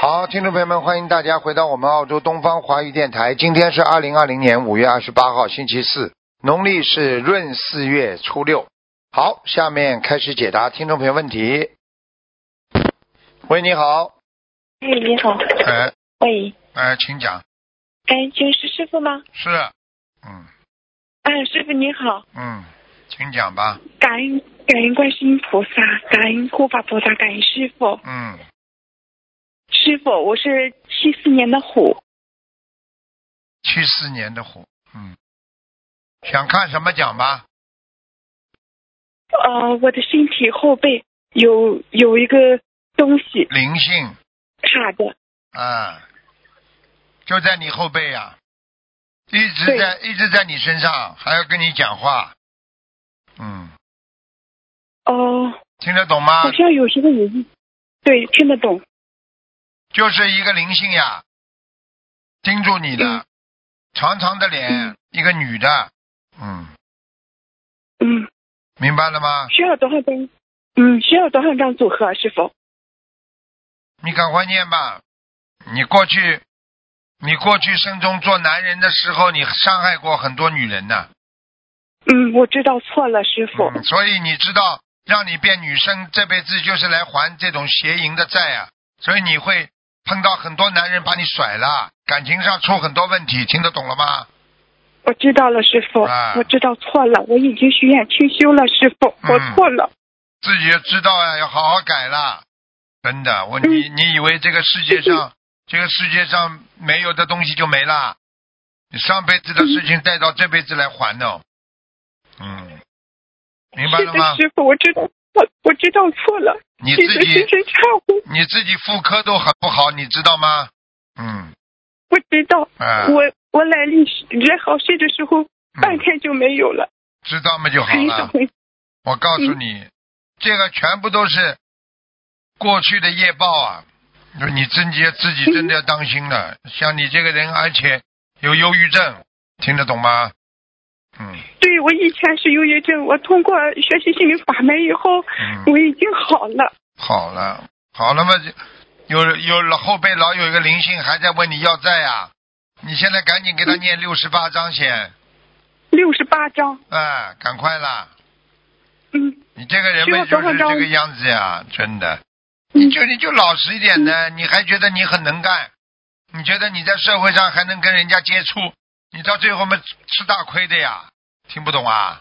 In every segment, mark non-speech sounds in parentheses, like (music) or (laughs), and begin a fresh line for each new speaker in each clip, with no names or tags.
好，听众朋友们，欢迎大家回到我们澳洲东方华语电台。今天是二零二零年五月二十八号，星期四，农历是闰四月初六。好，下面开始解答听众朋友问题。喂，你好，
哎，你好，
哎
喂，
哎，请讲。
哎，就是师傅吗？
是，嗯
哎，师傅你好，
嗯，请讲吧。
感恩感恩观世音菩萨，感恩护法菩萨，感恩师傅。
嗯，
师傅，我是七四年的虎，
七四年的虎，嗯，想看什么讲吧？
呃，我的身体后背有有一个东西
灵性
卡着，
啊，就在你后背啊，一直
对
在一直在你身上，还要跟你讲话。嗯，
哦、
听得懂吗
好？像有时候也是，对，听得懂，
就是一个灵性呀，盯住你的，
嗯
长长的脸，
嗯
一个女的，嗯，
嗯，
明白了吗？
需要多少张？嗯，需要多少张组合，啊师傅？
你赶快念吧。你过去，你过去生中做男人的时候，你伤害过很多女人呢、
嗯，我知道错了，师傅。
嗯，所以你知道，让你变女生这辈子就是来还这种邪淫的债啊。所以你会碰到很多男人把你甩了，感情上出很多问题，听得懂了吗？
我知道了，师傅，
啊
我知道错了，我已经许愿清修了，师傅，
嗯
我错了。
自己也知道啊，要好好改了。真的，我你你以为这个世界上，这个世界上没有的东西就没啦？你上辈子的事情带到这辈子来还呢。嗯，明白
是
了
的，
吗？
师傅，我知道错，我知道错了，
你
弟
自
子
己
深深忏悔。
你自己妇科都很不好，你知道吗？嗯，
我知道，
啊，
我我来历人好事的时候，
嗯
半天就没有了，
知道吗就好
很少
了。
很
我告
嗯
诉你，这个全部都是过去的业报啊！你自己自己真的要当心了。像你这个人，而且有忧郁症，听得懂吗？嗯
对我以前是忧郁症，我通过学习心灵法门以后，
嗯，
我已经好了。
好了好了嘛，有有老后背老有一个灵性还在问你要债呀、你现在赶紧给他
嗯
念六十八章先，
六十八章，
哎，赶快啦！
嗯
你这个人们就是这个样子呀、真的。你
嗯
就你就老实一点呢，你还觉得你很能干，你觉得你在社会上还能跟人家接触，你到最后嘛吃大亏的呀，听不懂啊？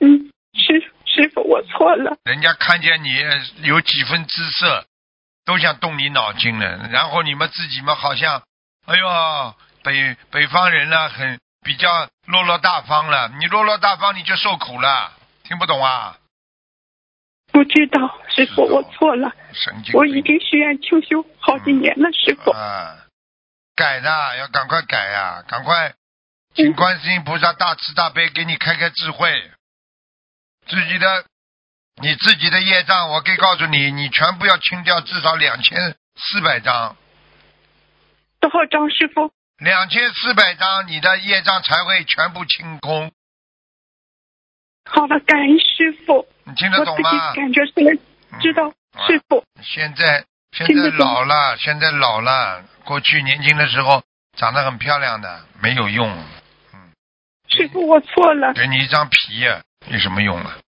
嗯，师师傅，我错了，
人家看见你有几分姿色，都想动你脑筋了。然后你们自己嘛，好像，哎呦，北北方人呢、很比较落落大方了。你落落大方，你就受苦了，听不懂啊？
我知道，师傅，
知道
我错了，
神经病！
我已经许愿清修好几年了，师傅。
啊，改的要赶快改呀、赶快请观世音菩萨大慈大悲给你开开智慧，自己的你自己的业障，我可以告诉你，你全部要清掉至少两千四百张，
多少张师傅？
两千四百张你的业障才会全部清空，
好了，感恩师傅，
你听得
我
懂
自己
吗？
感觉出来，知道、
嗯
师傅，
现在现
听
在
得懂
老了，现在老了，过去年轻的时候长得很漂亮的没有用，
师傅我错 (laughs) 了，
给你一张皮呀、有什么用啊？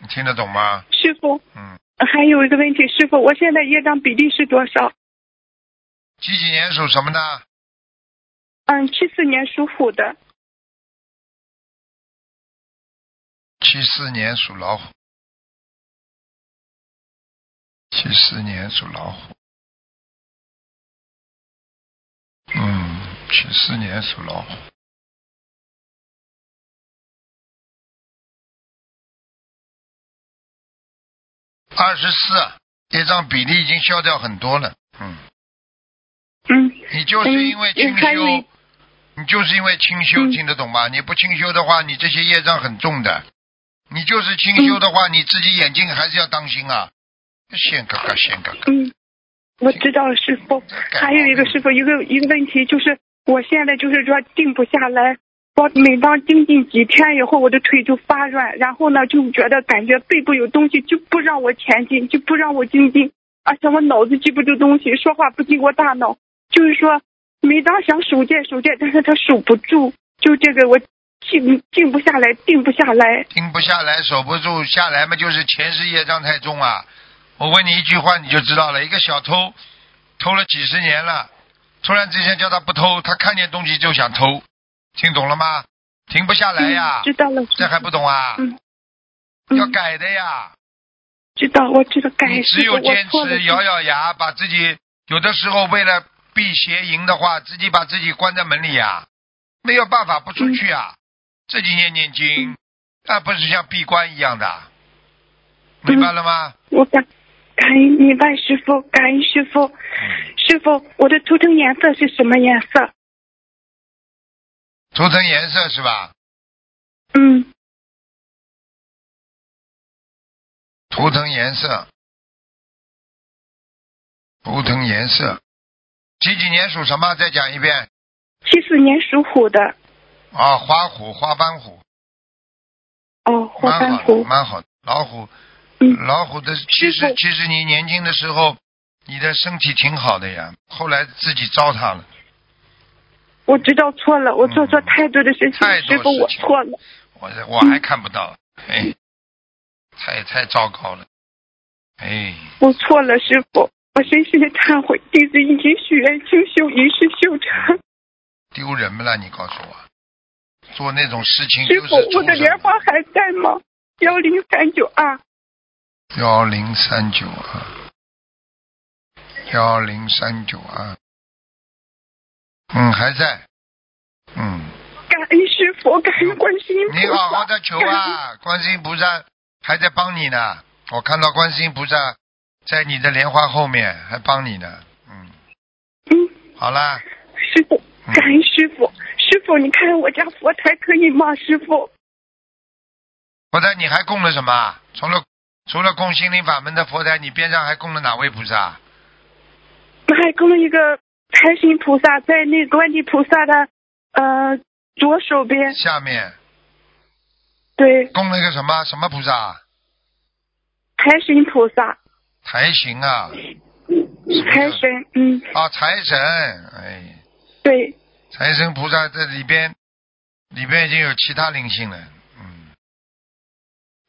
你听得懂吗？
师傅。
嗯，
还有一个问题，师傅，我现在业障比例是多少？
几几年属什么的？
嗯，七四年属虎的，
七四年属老虎。七四年属老虎。嗯，七四年属老虎。二十四，业障比例已经消掉很多了。嗯。
嗯，
你就是因为清
嗯还有
修
一，
你就是因为清修，
嗯
听得懂吗？你不清修的话，你这些业障很重的。你就是清修的
嗯
话，你自己眼睛还是要当心啊！现嘎嘎，现嘎嘎，
嗯，我知道了，师傅。还有一个师傅，一个一个问题就是，我现在就是说定不下来，我每当定进几天以后，我的腿就发软，然后呢就觉得感觉背部有东西就不让我前进，就不让我精进，而且我脑子记不住东西，说话不经过大脑，就是说每当想手贱手贱，但是他手不住，就这个我静静不下来，定不下来。
停不下来，守不住下来嘛，就是前世业障太重啊！我问你一句话你就知道了，一个小偷偷了几十年了，突然之间叫他不偷，他看见东西就想偷，听懂了吗？停不下来呀
嗯，，知道了，
这还不懂啊？
嗯
要
嗯
改的呀，
知道，我知道
你
改
只有
我
坚
错了
持，咬咬牙，把自己有的时候为了避邪淫的话，自己把自己关在门里呀，没有办法不出去啊，
嗯
自己念念经，那不是像闭关一样的，
嗯
明白了吗？
我感感恩明白师傅，感恩师傅。师傅，我的图腾颜色是什么颜色？
涂成颜色是吧？
嗯，
图腾颜色，图腾颜色，几几年属什么？再讲一遍
七四年属虎的。
啊！花虎、花斑虎，
哦，火
蛮
斑
好的，
虎。
蛮好的。老虎，
嗯
老虎的，其
师
实
傅
其实你年轻的时候，你的身体挺好的呀，后来自己糟蹋了。
我知道错了，我做错
嗯
太多的事情
太，多
师傅，我
事情
错了。
我这我还看不到，哎，太太糟糕了，哎，
我错了，师傅，我深深的忏悔，弟子已经许愿清修，一世修成。
丢人不啦？你告诉我，做那种事情
师
嗯就是
傅，我
畜
的
生
莲花还在吗？幺零三九二，
幺零三九二，幺零三九二，嗯，还在，嗯，
感恩师傅，感恩观世音菩
(laughs)
萨。
你好好的求啊，观世音菩萨还在帮你呢，我看到观世音菩萨在你的莲花后面还帮你呢，嗯，
嗯，
好啦，
师傅，
嗯
感 (laughs) 恩师傅，师傅，你看我家佛台可以吗？师傅，
佛台你还供了什么啊？除了除了供心灵法门的佛台，你边上还供了哪位菩萨？
我还供了一个财神菩萨，在那个观地菩萨的呃左手边，
下面
对，
供了一个什么什么菩萨？
财神菩萨，
台行啊，
财神，嗯，
啊财神，哎。
对，
财神菩萨这里边，里边已经有其他灵性了，嗯，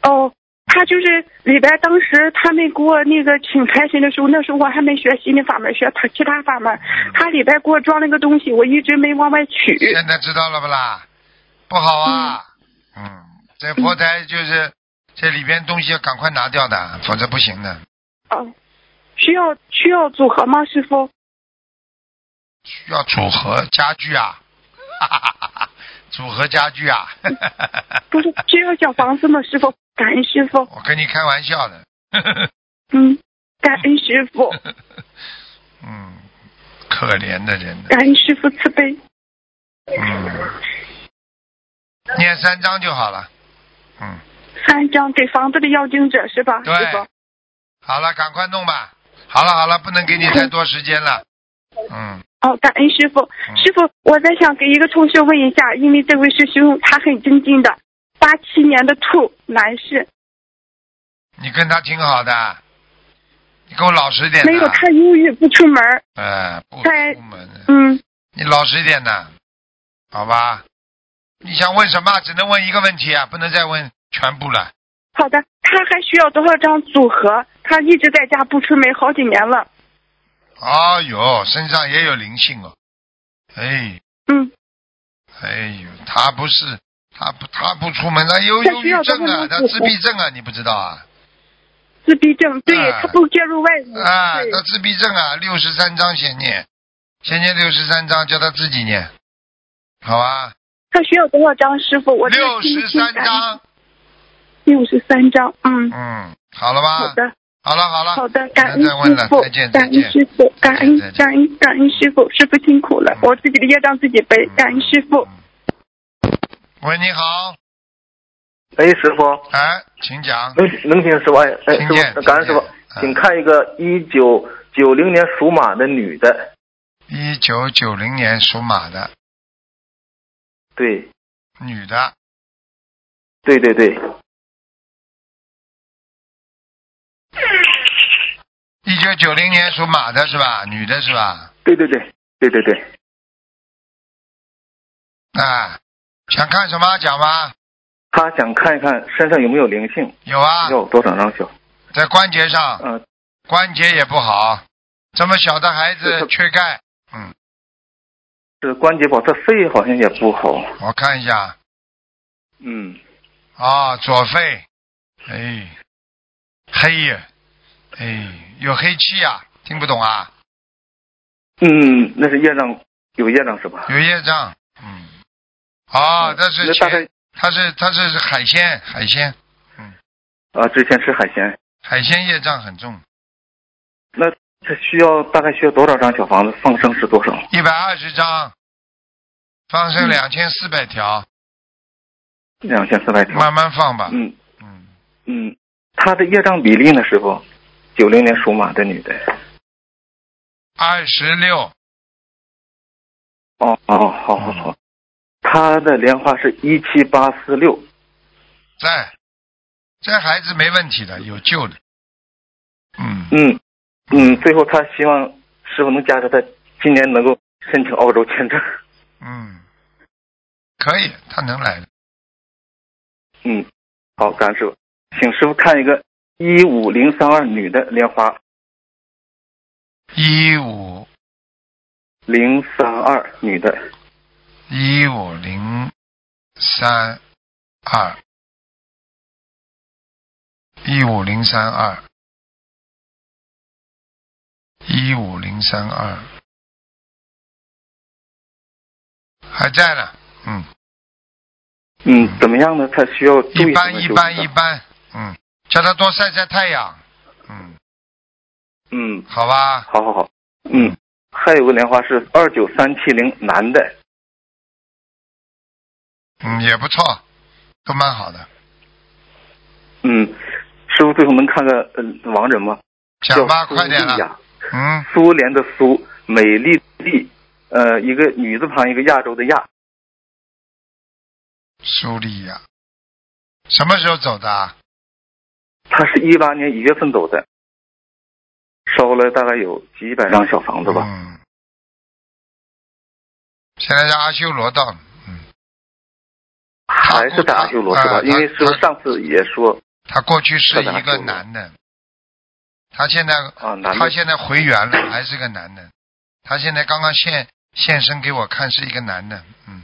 哦。他就是里边，当时他们给我那个请财神的时候，那时候我还没学心灵法门，学他其他法门。
嗯
他里边给我装了个东西，我一直没往外取。
(laughs) 现在知道了不啦？不好啊，嗯这佛台就是这里边东西要赶快拿掉的，否则不行的。
哦，需要需要组合吗，师傅？
需要组合家具啊， (laughs) 哈哈哈哈组合家具啊， (laughs)
不是需要小房子吗？师傅，感恩师傅，
我跟你开玩笑的， (laughs)
嗯，感恩师傅，
嗯，可怜的人呢，
感恩师傅慈悲。
嗯，念三章就好了，嗯，
三张给房子的要经者是吧，师
对
傅？
好了，赶快弄吧。好了好了，不能给你太多时间了。嗯，
哦，感恩师傅，
嗯
师傅，我在想给一个同学问一下，因为这位师兄他很精进的，八七年的兔男士，
你跟他挺好的，你给我老实点
没有
呐。
他忧郁不出门儿，
哎，不
在
出门的，
嗯，
你老实一点呐，好吧？你想问什么？只能问一个问题啊，不能再问全部了。
好的，他还需要多少张组合？他一直在家不出门好几年了，
哎呦，身上也有灵性哦。哎，
嗯，
哎呦，他不是，他不，他不出门，他有
他
忧
需
郁
要
症啊，
多
他
少
自闭症啊，你不知道啊？
自闭症，对、
啊
他不接触外人，
啊，
嗯对
他自闭症啊，六十三章先念，先念六十三章，叫他自己念，好吧？
他需要多少张？师傅，我这
六
个心
十
情
三
感
章，
六十三张，嗯，
嗯，好了
好
吧？
的，
好了好了，
好的，感
不
恩
能再问
师
了
傅
再见，
感
再
恩
见
师傅，感恩
再见再见
感恩感恩师傅，师傅辛苦了
嗯，
我自己的业障自己背，
嗯
感恩师傅。
喂，你好，
哎，师傅，
哎，请讲，
能能听师傅？哎，哎，
嗯听
师
见
傅，感恩师傅
听见，嗯
请看一个一九九零年属马的女的，
一九九零年属马的
对，
女的，
对对对，
一九九零年属马的是吧？女的是吧？
对对对对对对，
啊，想看什么讲吧？
他想看一看身上有没有灵性，
有啊，
要多少张小？
在关节上，
嗯、
关节也不好，这么小的孩
对
子
他
缺钙。嗯，
是关节不好，他肺好像也不好。
我看一下
嗯，
啊，左肺，哎，黑呀，哎，有黑气呀、听不懂啊？
嗯，那是业障，有业障是吧？
有业障。嗯，啊，
嗯
但是
那大概
前他是他是海鲜海鲜
啊，之前吃海鲜，
海鲜业障很重，
他需要大概需要多少张小房子？放生是多少？
一百二十张，放生
嗯
两千四百条，
两千四百条。
慢慢放吧。
嗯
嗯，
嗯，他的业障比例呢，师傅？九零年属马的女的。
二十六，
哦哦，好好好。他的莲花是一七八四六，
在，这孩子没问题的，有救的。嗯，
嗯嗯，最后他希望师傅能加持他，今年能够申请澳洲签证。 (laughs)
嗯，可以，他能来的。
嗯，好，感恩师傅，请师傅看一个一五零三二女的莲花
一五
零三二女的，
一五零三二，一五零三二，一五零三二，还在呢。嗯，
嗯，怎么样呢？她需要注
一
意什
般
么
一
修
般
行
一般。嗯，叫他多晒晒太阳。嗯，
嗯，
好吧。
好好好，嗯，还有个莲花是二九三七零男的，
嗯，也不错，都蛮好的。
嗯，师傅最后能看个呃王人吗？
讲吧，
叫苏
快点
丽
了。
雅
嗯，
苏联的苏，美丽的丽，呃，一个女字旁，一个亚洲的亚，
苏丽亚，什么时候走的啊？
她是一八年一月份走的，烧了大概有几百张小房子吧。
嗯，现在在阿修罗道呢。嗯，
还是在阿修罗是吧
啊？
因为师傅
他
上次也说
他过去是
他在
一
阿修
个
罗
男的，他现在
啊，男
他
的
现在回原了，还是个男的。他现在刚刚现现身给我看，是一个男的。嗯，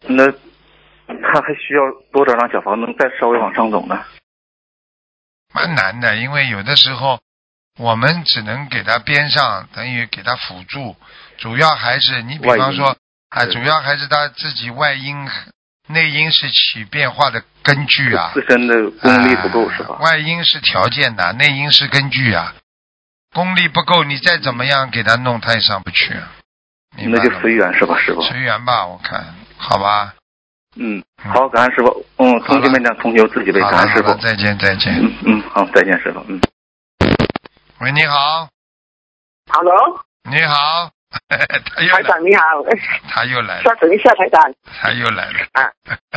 那他还需要多少张小房子能再稍微往上走呢？
蛮难的，因为有的时候我们只能给他边上，等于给他辅助，主要还是你比方说
外
啊，
是
主要还是他自己外因内因是起变化的根据啊，
自身的功力不够是
啊
吧？
外因是条件呐、内因是根据啊，功力不够，你再怎么样给他弄，他也上不去、啊。明白
那就
了吗
随缘是吧，师傅？
随缘吧，我看好吧。
嗯，
嗯
好，感恩师傅。嗯，同学们讲同修自己
好了
呗，感恩师傅
好了。再见再见。
嗯嗯，好，再见，师傅。嗯。
喂，你好，
Hello，
你好， (laughs) 他又
台
来，
长你好，
他又来了。
稍等一下，台长，哎
他又来了，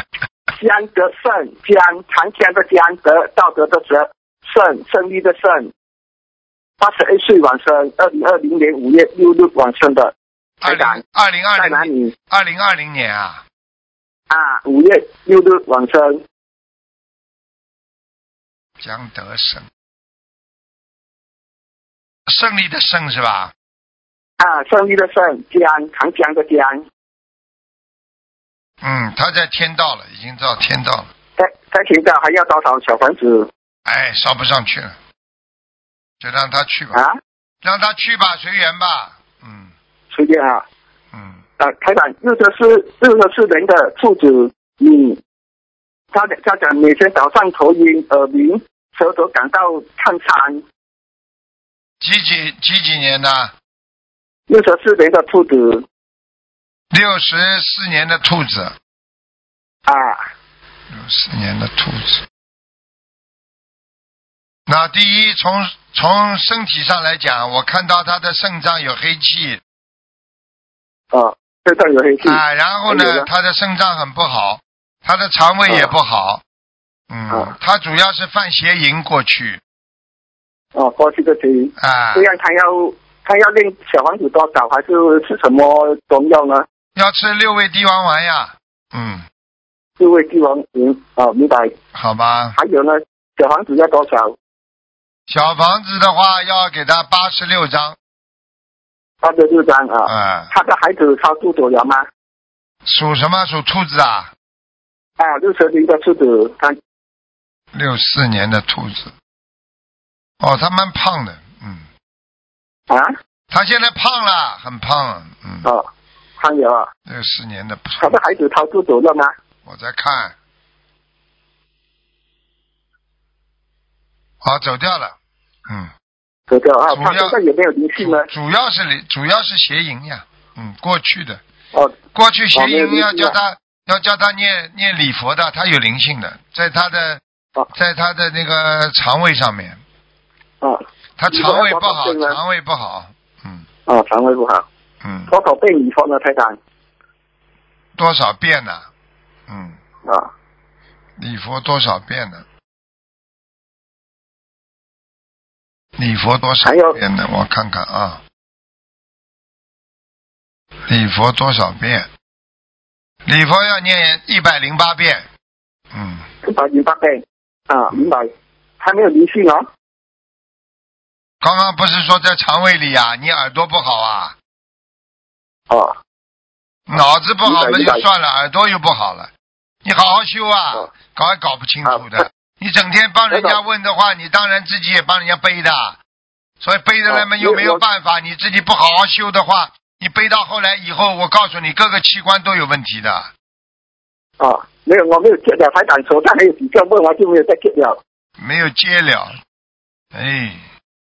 (laughs)
江德胜，江长江的江德，道德的德，胜胜利的胜，八十二岁往生，二零二零年五月六日往生的，
二
台
零
长
二零
在哪
二零
里
二零二零年啊，
啊？五月六日往生，
江德胜，胜利的胜是吧？
啊，胜利的胜，江长江的江，
嗯，他在天道了，已经到天道了，
在在学校还要多少小房子
哎，烧不上去了，就让他去吧，
啊？
让他去吧，随缘吧，嗯
随便啊，
嗯，
啊，台长，那个是那个是人的兔子，嗯，他讲他讲每天早上头晕耳鸣，舌头感到烫伤。
几几几几年的？
那个是人的兔子
六十四年的兔子，
啊，
六四年的兔子。那第一，从从身体上来讲，我看到他的肾脏有黑气
哦，这个有黑气
啊，然后
还有
呢，
呢
他的肾脏很不好，他的肠胃也不好，嗯
啊，
他主要是犯邪淫过去，
哦，过去的情。
啊
这，样他要他要练小房子多少，还是吃什么中药呢？
要吃六味地黄丸呀。嗯，
就为帝王明哦，明白。
好吧。
还有呢，小房子要多少？
小房子的话，要给他八十六张。
八十六张啊。
嗯，
他的孩子超度走了吗？
属什么？属兔子啊，
啊，六十一个兔子，他
六四年的兔子。哦，他蛮胖的，嗯，
啊，
他现在胖了，很胖，嗯，
哦，还有啊，
六四年的
他
胖
的，孩子超度走了吗？
我在看。好，哦走掉了，嗯。
走掉啊，
主要
他现在有没有灵性呢？
主要是灵主要是邪淫呀，嗯，过去的，
哦，
过去邪
哦没有
淫要
灵性
叫
啊
他、要叫他念念礼佛的，他有灵性的，在他的
哦
在他的那个肠胃上面，
哦，
他肠胃不好
你说他多少岁，呢
肠胃不好，嗯
哦，肠胃不好，
嗯，
多少遍以后呢，台长？
多少遍呢、嗯，
啊，
礼佛多少遍呢？礼佛多少
还有
遍呢？我看看啊，礼佛多少遍？礼佛要念一百零八遍。嗯，
一百零八遍。啊，明白。还没有灵性哦。
刚刚不是说在肠胃里啊？你耳朵不好啊，
哦，
脑子不好
明白
那
明白
就算了，耳朵又不好了，你好好修啊
哦，
搞也搞不清楚
啊
的。你整天帮人
台
家
长
问的话，你当然自己也帮人家背的，所以背着他们
哦
又没有
我
办法。你自己不好好修的话，你背到后来以后，我告诉你，各个器官都有问题的。
哦，没有，我没有接了，台长手上还有几个问完就没有再接了。
没有接了，哎，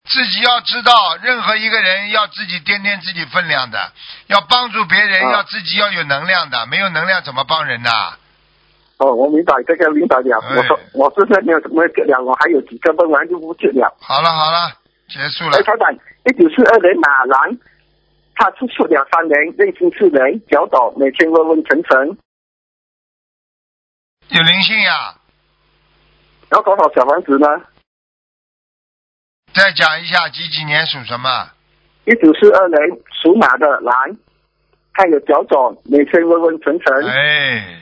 自己要知道，任何一个人要自己掂掂自己分量的，要帮助别人，
啊
要自己要有能量的，没有能量怎么帮人呐、
哦，我明白这个明白了。
哎
我说我现在没有什么接了，我还有几个问完就不接了。
好了好了，结束了
哎，，台长，一九四二年马兰，他出去了三年，认清是人，小岛每天问问晨晨，
有灵性呀、
然后多少小房子呢？
再讲一下几几年属什么？
一九四二年属马的兰，他有脚肿，每天问问晨晨。
哎，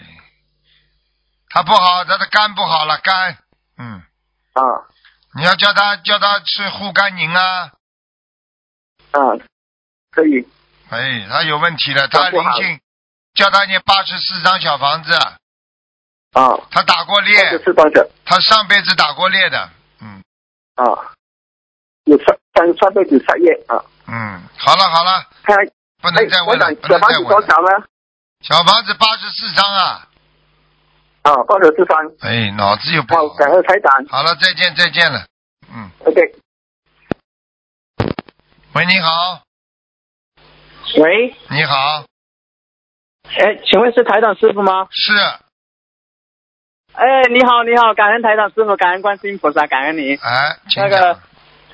他不好，他的肝不好了，肝，嗯，
啊
你要叫他叫他吃护肝宁啊，
啊，可以
哎，他有问题了，他
肝不
灵
好
性，叫他念八十四张小房子，
啊，
他打过
这
猎
个，是多少？
他上辈子打过猎的，嗯
啊，有上上上辈子杀业啊，
嗯，好了好了，
他
不
哎
能再，
我
问了，
想
不能
小房
再
子多
问了。
少呢？
小房子八十四张啊，
啊，或者是三。
哎，脑子又不
好，感
好。
恩台长。
好了，再见再见了，嗯，
OK，
喂，你好，
喂，
你好，
哎，请问是台长师傅吗？
是，
哎，
嗯
你好，你好，感恩台长师傅，感恩观世音菩萨，感恩您。
哎，请
那个
讲，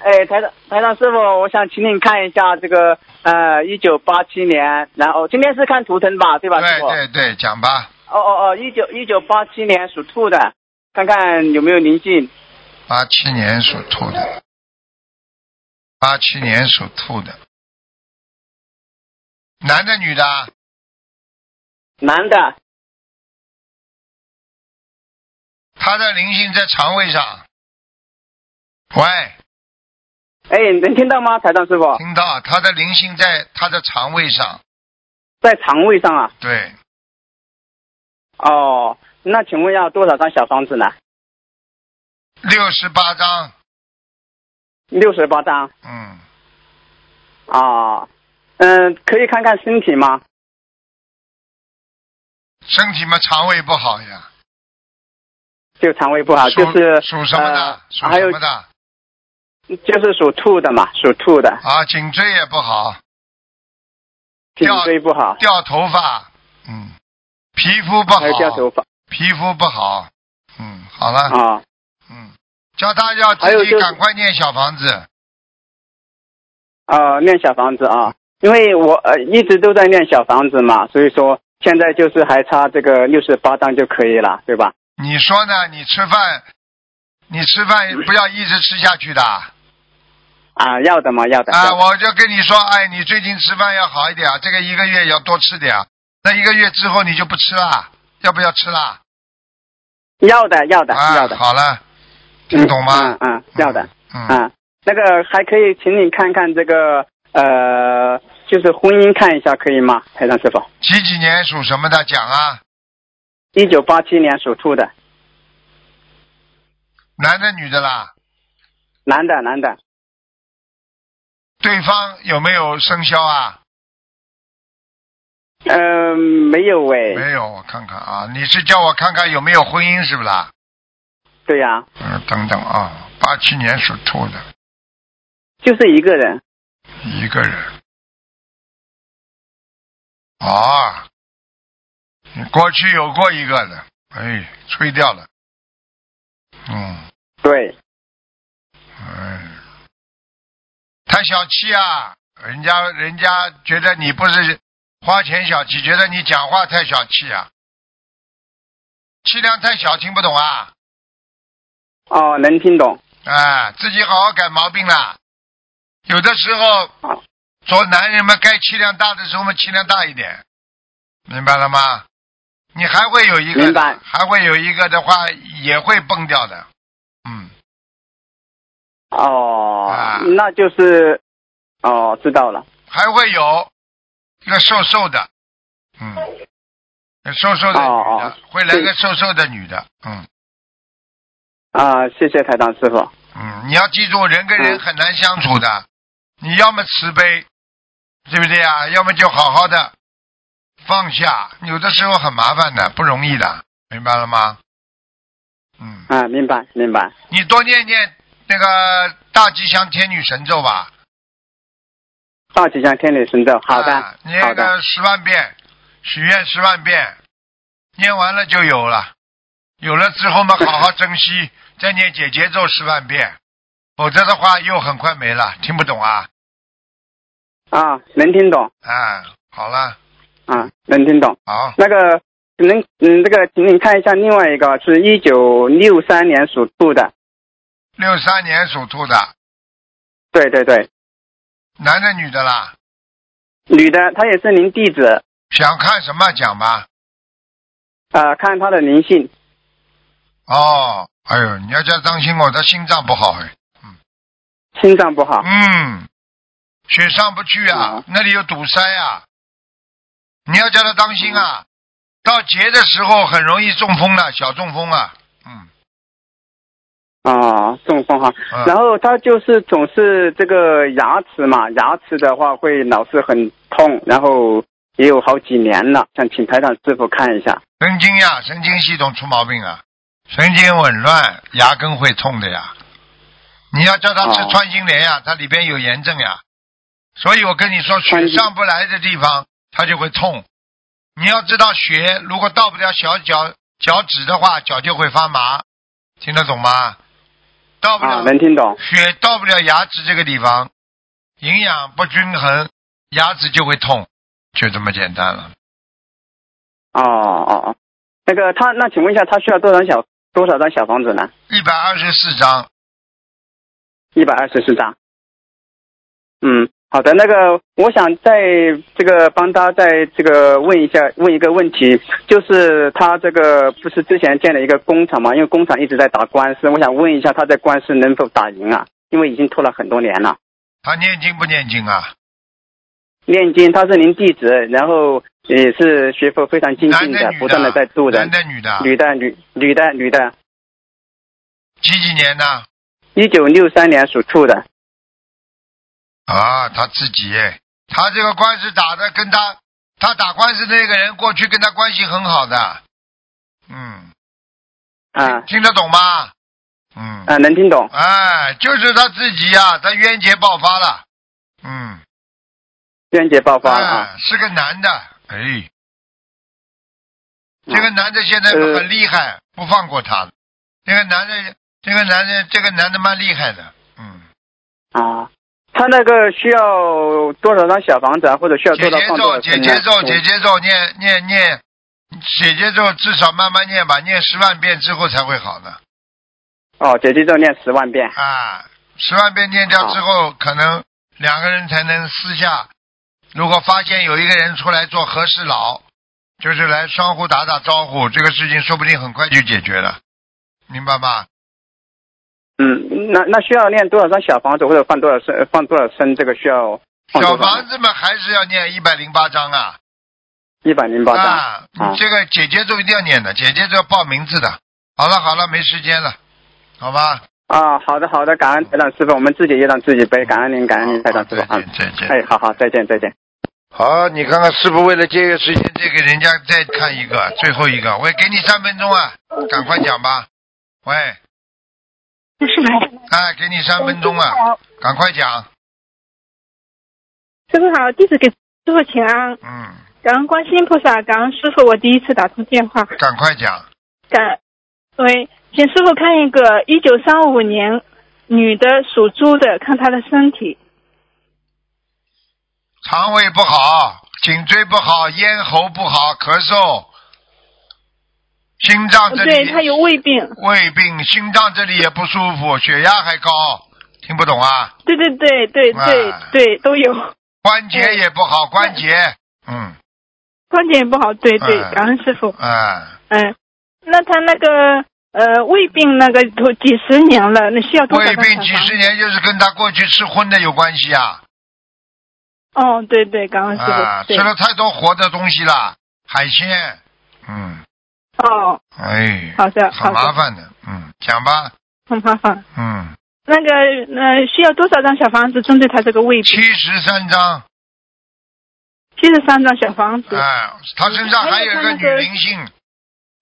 哎，台长，台长师傅，我想请你看一下这个呃，一九八七年，然后今天是看图腾吧，对吧，师
对
傅？
对对，讲吧，
哦哦哦，一九一九八七年属兔的，看看有没有灵性。
八七年属兔的，八七年属兔的，男的女的啊？
男的，
他的灵性在肠胃上。喂，
哎，能听到吗，台长师傅？
听到他的灵性在他的肠胃上，
在肠胃上啊。
对，
哦，那请问要多少张小房子呢？
六十八章，
六十八张
嗯，
啊。哦嗯，可以看看身体吗？
身体嘛肠胃不好呀，
就肠胃不好，
属
啊就是
属什么的
呃？
属
还
什
有
么的？
就是属兔的嘛，属兔的，
啊，颈椎也不好，
颈
掉
椎不好，
掉头发，嗯，皮肤不好
还，有掉头发
皮肤不好，嗯，好了，
啊。
嗯，叫他要
还有
自己
就是
赶快念小房子，
呃，念小房子啊，因为我呃一直都在念小房子嘛，所以说现在就是还差这个六十八张就可以了，对吧？
你说呢？你吃饭，你吃饭不要一直吃下去的。
啊，要的嘛，要的。
啊，
要的
我就跟你说，哎，你最近吃饭要好一点，啊这个一个月要多吃点，啊那一个月之后你就不吃啦，要不要吃啦？
要的，要的，
啊
要，的。
好了，听
嗯
懂吗？
嗯嗯，要的。
嗯，
啊，那个还可以，请你看看这个呃，就是婚姻看一下可以吗，台长师傅？
几几年属什么的讲啊？
一九八七年属兔的，
男的女的啦？
男的，男的，
对方有没有生肖啊？
嗯、没有喂，
没有，我看看啊，你是叫我看看有没有婚姻是不啦？
对呀、
嗯，等等啊，八七年属兔的，
就是一个人，
一个人。啊，你过去有过一个的，哎，吹掉了。嗯，
对，
哎，太小气啊！人家人家觉得你不是花钱小气，觉得你讲话太小气啊，气量太小，听不懂啊！
哦，能听懂，
哎，自己好好改毛病啦。有的时候，做男人们该气量大的时候，我们气量大一点，明白了吗？你还会有一个的
明白，
还会有一个的话，也会崩掉的。嗯，
哦，
啊
那就是，哦，知道了，
还会有一个瘦瘦的，嗯，瘦瘦的女的，
哦哦
会来个瘦瘦的女的，嗯
啊、谢谢台长师傅，
嗯，你要记住，人跟人
嗯
很难相处的，你要么慈悲，对不对啊？要么就好好的放下，有的时候很麻烦的，不容易的，明白了吗？嗯，
啊，明白，明白，
你多念念那个大吉祥天女神咒吧，
大吉祥天女神咒，好的，
啊你
好
念
的，
个十万遍，许愿十万遍，念完了就有了。有了之
(laughs)
后嘛，好好珍惜，再念姐姐咒十万遍，否则的话又很快没了。听不懂啊？
啊，能听懂，
啊，好了，
啊，能听懂。
好，
那个，能嗯，这个，请您看一下另外一个，是一九六三年属兔的，
六三年属兔的，
对对对，
男的女的啦？
女的，她也是您弟子，
想看什么讲吧？
呃，看她的灵性，
哦，哎呦，你要叫当心我的心脏不好哎。
心脏不好，
嗯，血上不去啊
嗯，
那里有堵塞啊，你要叫他当心啊。到节的时候很容易中风的，小中风啊。嗯，
哦，中风哈。
嗯
然后她就是总是这个牙齿嘛，牙齿的话会老是很痛，然后也有好几年了，想请台长师傅看一下。
神经呀、神经系统出毛病啊，神经紊乱，牙根会痛的呀。你要叫他吃
哦
穿心莲呀、它里边有炎症呀。所以我跟你说，
穿
血
心
上不来的地方，它就会痛。你要知道血，如果到不了小脚脚趾的话，脚就会发麻，听得懂吗？到不
啊，
了
能听懂？
血到不了牙齿这个地方，营养不均衡，牙齿就会痛，就这么简单了。
哦哦哦，那个她，那请问一下，她需要多少小多少张小房子呢？
一百二十四章，
一百二十四张。嗯，好的，那个我想在这个帮他在这个问一下问一个问题，就是他这个不是之前建了一个工厂嘛，因为工厂一直在打官司，我想问一下他在官司能否打赢啊？因为已经拖了很多年了。
他念经不念经啊？
念经，他是您弟子，然后也是学佛非常精
男
进
的
的，
女
不断的在度
男
人。
的女的啊？
女的，女女的，女的，
几几年呢？
一九六三年属兔的。
啊，他自己，他这个官司打的跟他，他打官司的那个人过去跟他关系很好的，嗯，
啊
听得懂吗？嗯，
啊，能听懂？
哎，就是他自己呀、他冤结爆发了，嗯，
冤结爆发了啊！
哎，是个男的，哎，
嗯
这个男的现在
呃
很厉害，不放过他的。这个男的，这个男的，这个男的蛮厉害的，嗯。
啊，他那个需要多少张小房子啊，或者需要
姐
多少
姐
放多
咒，
少
姐
钱
姐咒，姐姐咒，念念念，姐姐咒至少慢慢念吧，念十万遍之后才会好呢。
哦，姐姐咒念十万遍
啊，十万遍念掉之后，可能两个人才能私下。如果发现有一个人出来做和事佬，就是来相互打打招呼，这个事情说不定很快就解决了，明白吗？
嗯，那那需要念多少张小房子，或者放多少升，呃放多少升？这个需要放
小
多少
房？子嘛，还是要念一百零八章啊。
一百零八张。
啊，
啊
你这个姐姐都一定要念的，姐姐都要报名字的。好了好了，没时间了，好吧？
啊，好的好的，感恩台长师傅，我们自己也让自己背，感恩您，感恩您，台长师傅
好
啊
再。见再见。
哎，好好，再见再见。
好，你看看师傅为了节约时间，再给人家再看一个，最后一个，我给你三分钟啊，赶快讲吧。喂，
是吧？
哎，给你三分钟啊，
好，
赶快讲。
师傅好，弟子给师傅请安，
嗯，
感恩观世音菩萨，感恩师傅，我第一次打通电话，
赶快讲。
感，喂，请师傅看一个一九三五年女的属猪的，看她的身体，
肠胃不好，颈椎不好，咽喉不好，咳嗽，心脏这里
对她有胃病，
胃病，心脏这里也不舒服，血压还高，听不懂啊？
对对对对对
啊
对都有，
关节也不好，关节，嗯，
关节也不好，对对
哎，
感恩师傅，
啊，
嗯，那她那个呃胃病那个都几十年了，那需要多少
胃
张小
病几
房？
十年就是跟他过去吃荤的有关系啊，
哦，对对，感恩师
啊，
傅，
吃
对，
了太多活的东西了，海鲜，嗯，
哦，
哎，
好的好
很麻
的，
烦的，嗯，讲吧，
很麻烦。
嗯，
那个呃，需要多少张小房子针对他这个位
七
置？
十三张，
七十三张小房子，
哎，他身上还有一个女
还有他那个
灵性，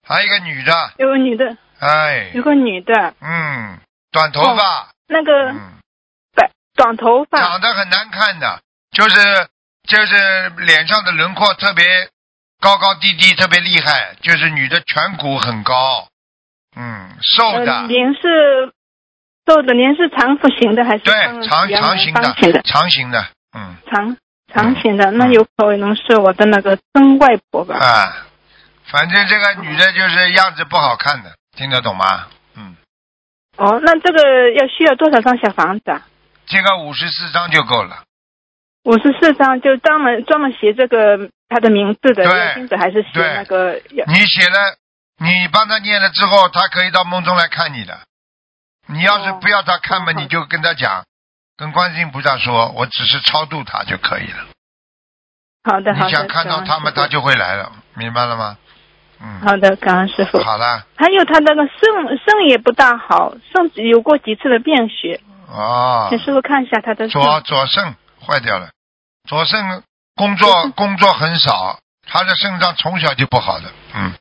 还有一个女的，
有个女的，
哎
有，个女的，
嗯，短头发，
那个
嗯。
短短头发，
长得很难看的，就是就是脸上的轮廓特别高高低低，特别厉害，就是女的颧骨很高，嗯，瘦的，
呃，脸是瘦的，脸是长幅型的还是方
对，长
圆
长形
方形的
的，长形的，嗯
长长形的？那有可能是我的那个曾外婆吧？
啊，反正这个女的就是样子不好看的，听得懂吗？嗯，
哦，那这个要需要多少张小房子啊？
这个五十四张就够了，
五十四张，就专门专门写这个他的名字
对
的，要金子还是写
对
那个要？
你写了，你帮她念了之后，她可以到梦中来看你的。你要是
哦
不要她看嘛，
好
你就跟她讲，跟观世音菩萨说，我只是超度她就可以了。
好的，好的。
你想看到他们，
感
他
恩师
就会来了，明白了吗？嗯
傅，好的，感恩师傅。
好了，
还有他那个肾肾也不大好，肾有过几次的便血，
哦
请，师傅看一下他的肾。
左左肾坏掉了，左肾工作工作很少，他的肾脏从小就不好的，嗯，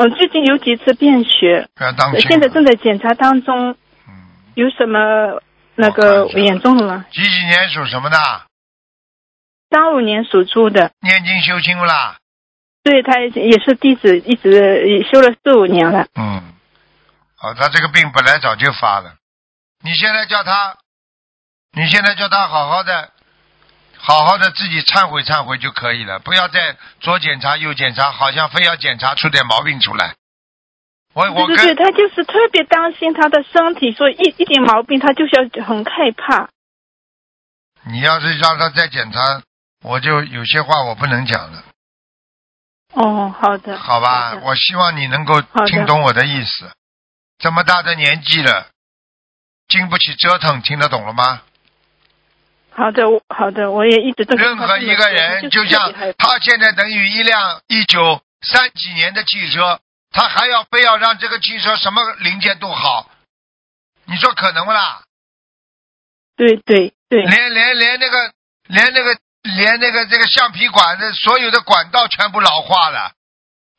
嗯，最近有几次便血，
不要当
呃
心。
现在正在检查当中，
嗯，
有什么那个
我看一下
严重的吗？
几几年属什么的？
三五年属猪的，
念经修心不啦？
对他也是弟子，一直也修了四五年了。
嗯，好，他这个病本来早就发了，你现在叫他，你现在叫他好好的，好好的自己忏悔忏悔就可以了，不要再左检查右检查，好像非要检查出点毛病出来。我我
对对对，
跟
他就是特别担心他的身体，所以一一点毛病他就是要很害怕。
你要是让他再检查，我就有些话我不能讲了，
哦，好的，
好吧
好？的
我希望你能够
好的
听懂我的意思。这么大的年纪了，经不起折腾，听得懂了吗？
好的，我好的，我也一直都
任何一个人，就像他现在等于一辆一九三几年的汽车，他还要非要让这个汽车什么零件都好，你说可能不啦？
对对对，
连连连那个连那个连那个这个橡皮管的所有的管道全部老化了，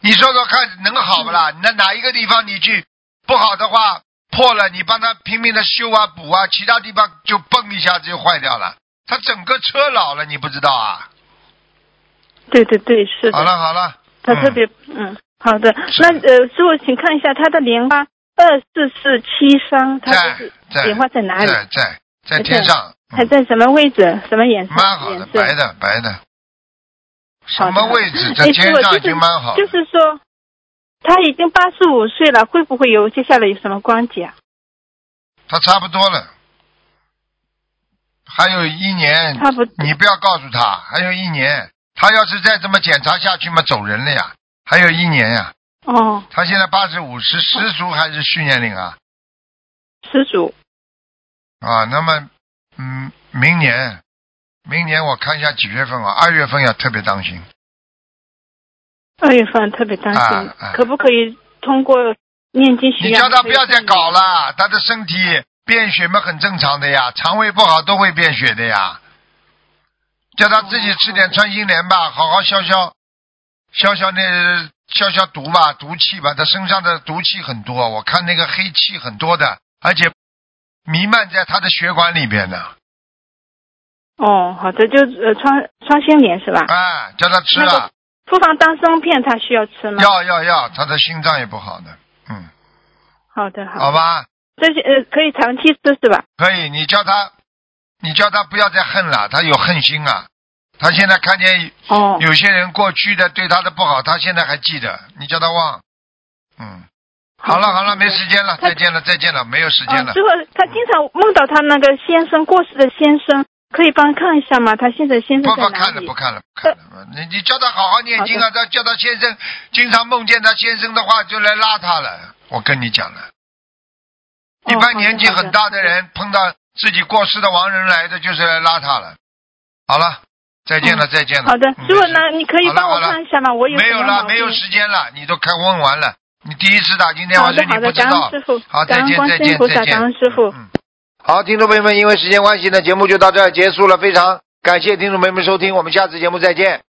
你说说看能好不啦？那哪一个地方你去不好的话破了，你帮他拼命的修啊补啊，其他地方就蹦一下子就坏掉了，他整个车老了，你不知道啊？
对对对，是的。
好了好了。
他
嗯
特别嗯好的。那呃，师傅，请看一下他的莲花二四四七三，他
在
的
在
莲花在哪里？
在在在天上，
还
嗯
在什么位置？什么颜色？
蛮好的
颜，色
白的白的，什
好的
么位置在天
哎师
上
傅
已经蛮好
就
了。
是说，他已经八十五岁了，会不会有接下来有什么关节啊？
他差不多了，还有一年，
差不
你不要告诉他还有一年，他要是再这么检查下去嘛，走人了呀，还有一年呀，
哦，
他现在八十五是十足还是虚年龄啊？
十足。
啊，那么，嗯，明年，明年我看一下几月份啊？二月份要特别当心。
二月份特别担心，
啊啊
可不可以通过念经许
你
愿？
叫他不要再搞。了，他的身体便血嘛很正常的呀，肠胃不好都会便血的呀。叫他自己吃点穿心莲吧，好好消消消消那消消毒吧，毒气吧，他身上的毒气很多，我看那个黑气很多的，而且弥漫在他的血管里边呢。
哦，好的，就呃穿穿心莲是吧？
哎，叫他吃
那
啊
个，复方丹参片它需要吃吗？
要要要，他的心脏也不好的，嗯，
好的，好的。
好吧。
这些呃可以长期吃是吧？
可以，你叫他，你叫他不要再恨了，他有恨心啊。他现在看见
哦，
有些人过去的对他的不好，他现在还记得，你叫他忘。嗯，好了好了，没时间了，
他
再见了再见了，没有时间
啊，
了
师。傅，他经常梦到他那个先生过世的先生，可以帮看一下吗？他现在先
不
生
不
在
看
哪
了
里
不？看了不看了，你你叫他好好念经啊！他叫他先生，经常梦见他先生的话，就来拉他了。我跟你讲了，
哦
一般年纪很大的，人碰到自己过世的亡人来的，就是来拉他了。好了，再见了再见了。
好的好的
嗯
好的，师傅，那你可以
好了
帮
好
我
了
看一下吗？我有
没
什
有
么
了，
毛
没有
病
时间了，你都快问完了。你第一次打进电
好
话
的
是
好
你
的，
不知
感
道
恩。师傅，
好，再
感恩
见
观
再
世音
见
菩
再
萨，
见
感恩师傅。
嗯。好，听众朋友们，因为时间关系呢，节目就到这儿结束了。非常感谢听众朋友们收听，我们下次节目再见。